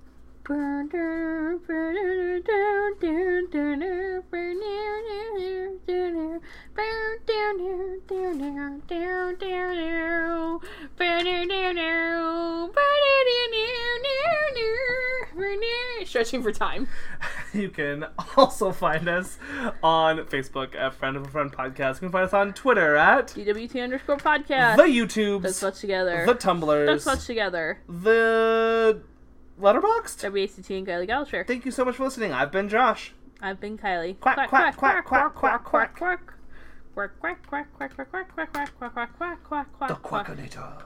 Speaker 3: Stretching for time.
Speaker 2: You can *laughs* also find us on Facebook at friend of a friend podcast. You can find us on Twitter at
Speaker 3: DWT underscore
Speaker 2: the
Speaker 3: podcast. That's
Speaker 2: YouTubes,
Speaker 3: much together.
Speaker 2: the Tumblers,
Speaker 3: That's much together.
Speaker 2: the Letterboxd.
Speaker 3: WACT and Kylie Gallagher.
Speaker 2: Thank you so much for listening. I've been Josh.
Speaker 3: I've been Kylie.
Speaker 2: Quack, quack, quack, quack, quack, quack.
Speaker 3: quack quack quack quack quack quack quack quack quack quack quack quack quack quack
Speaker 2: The Quackinator.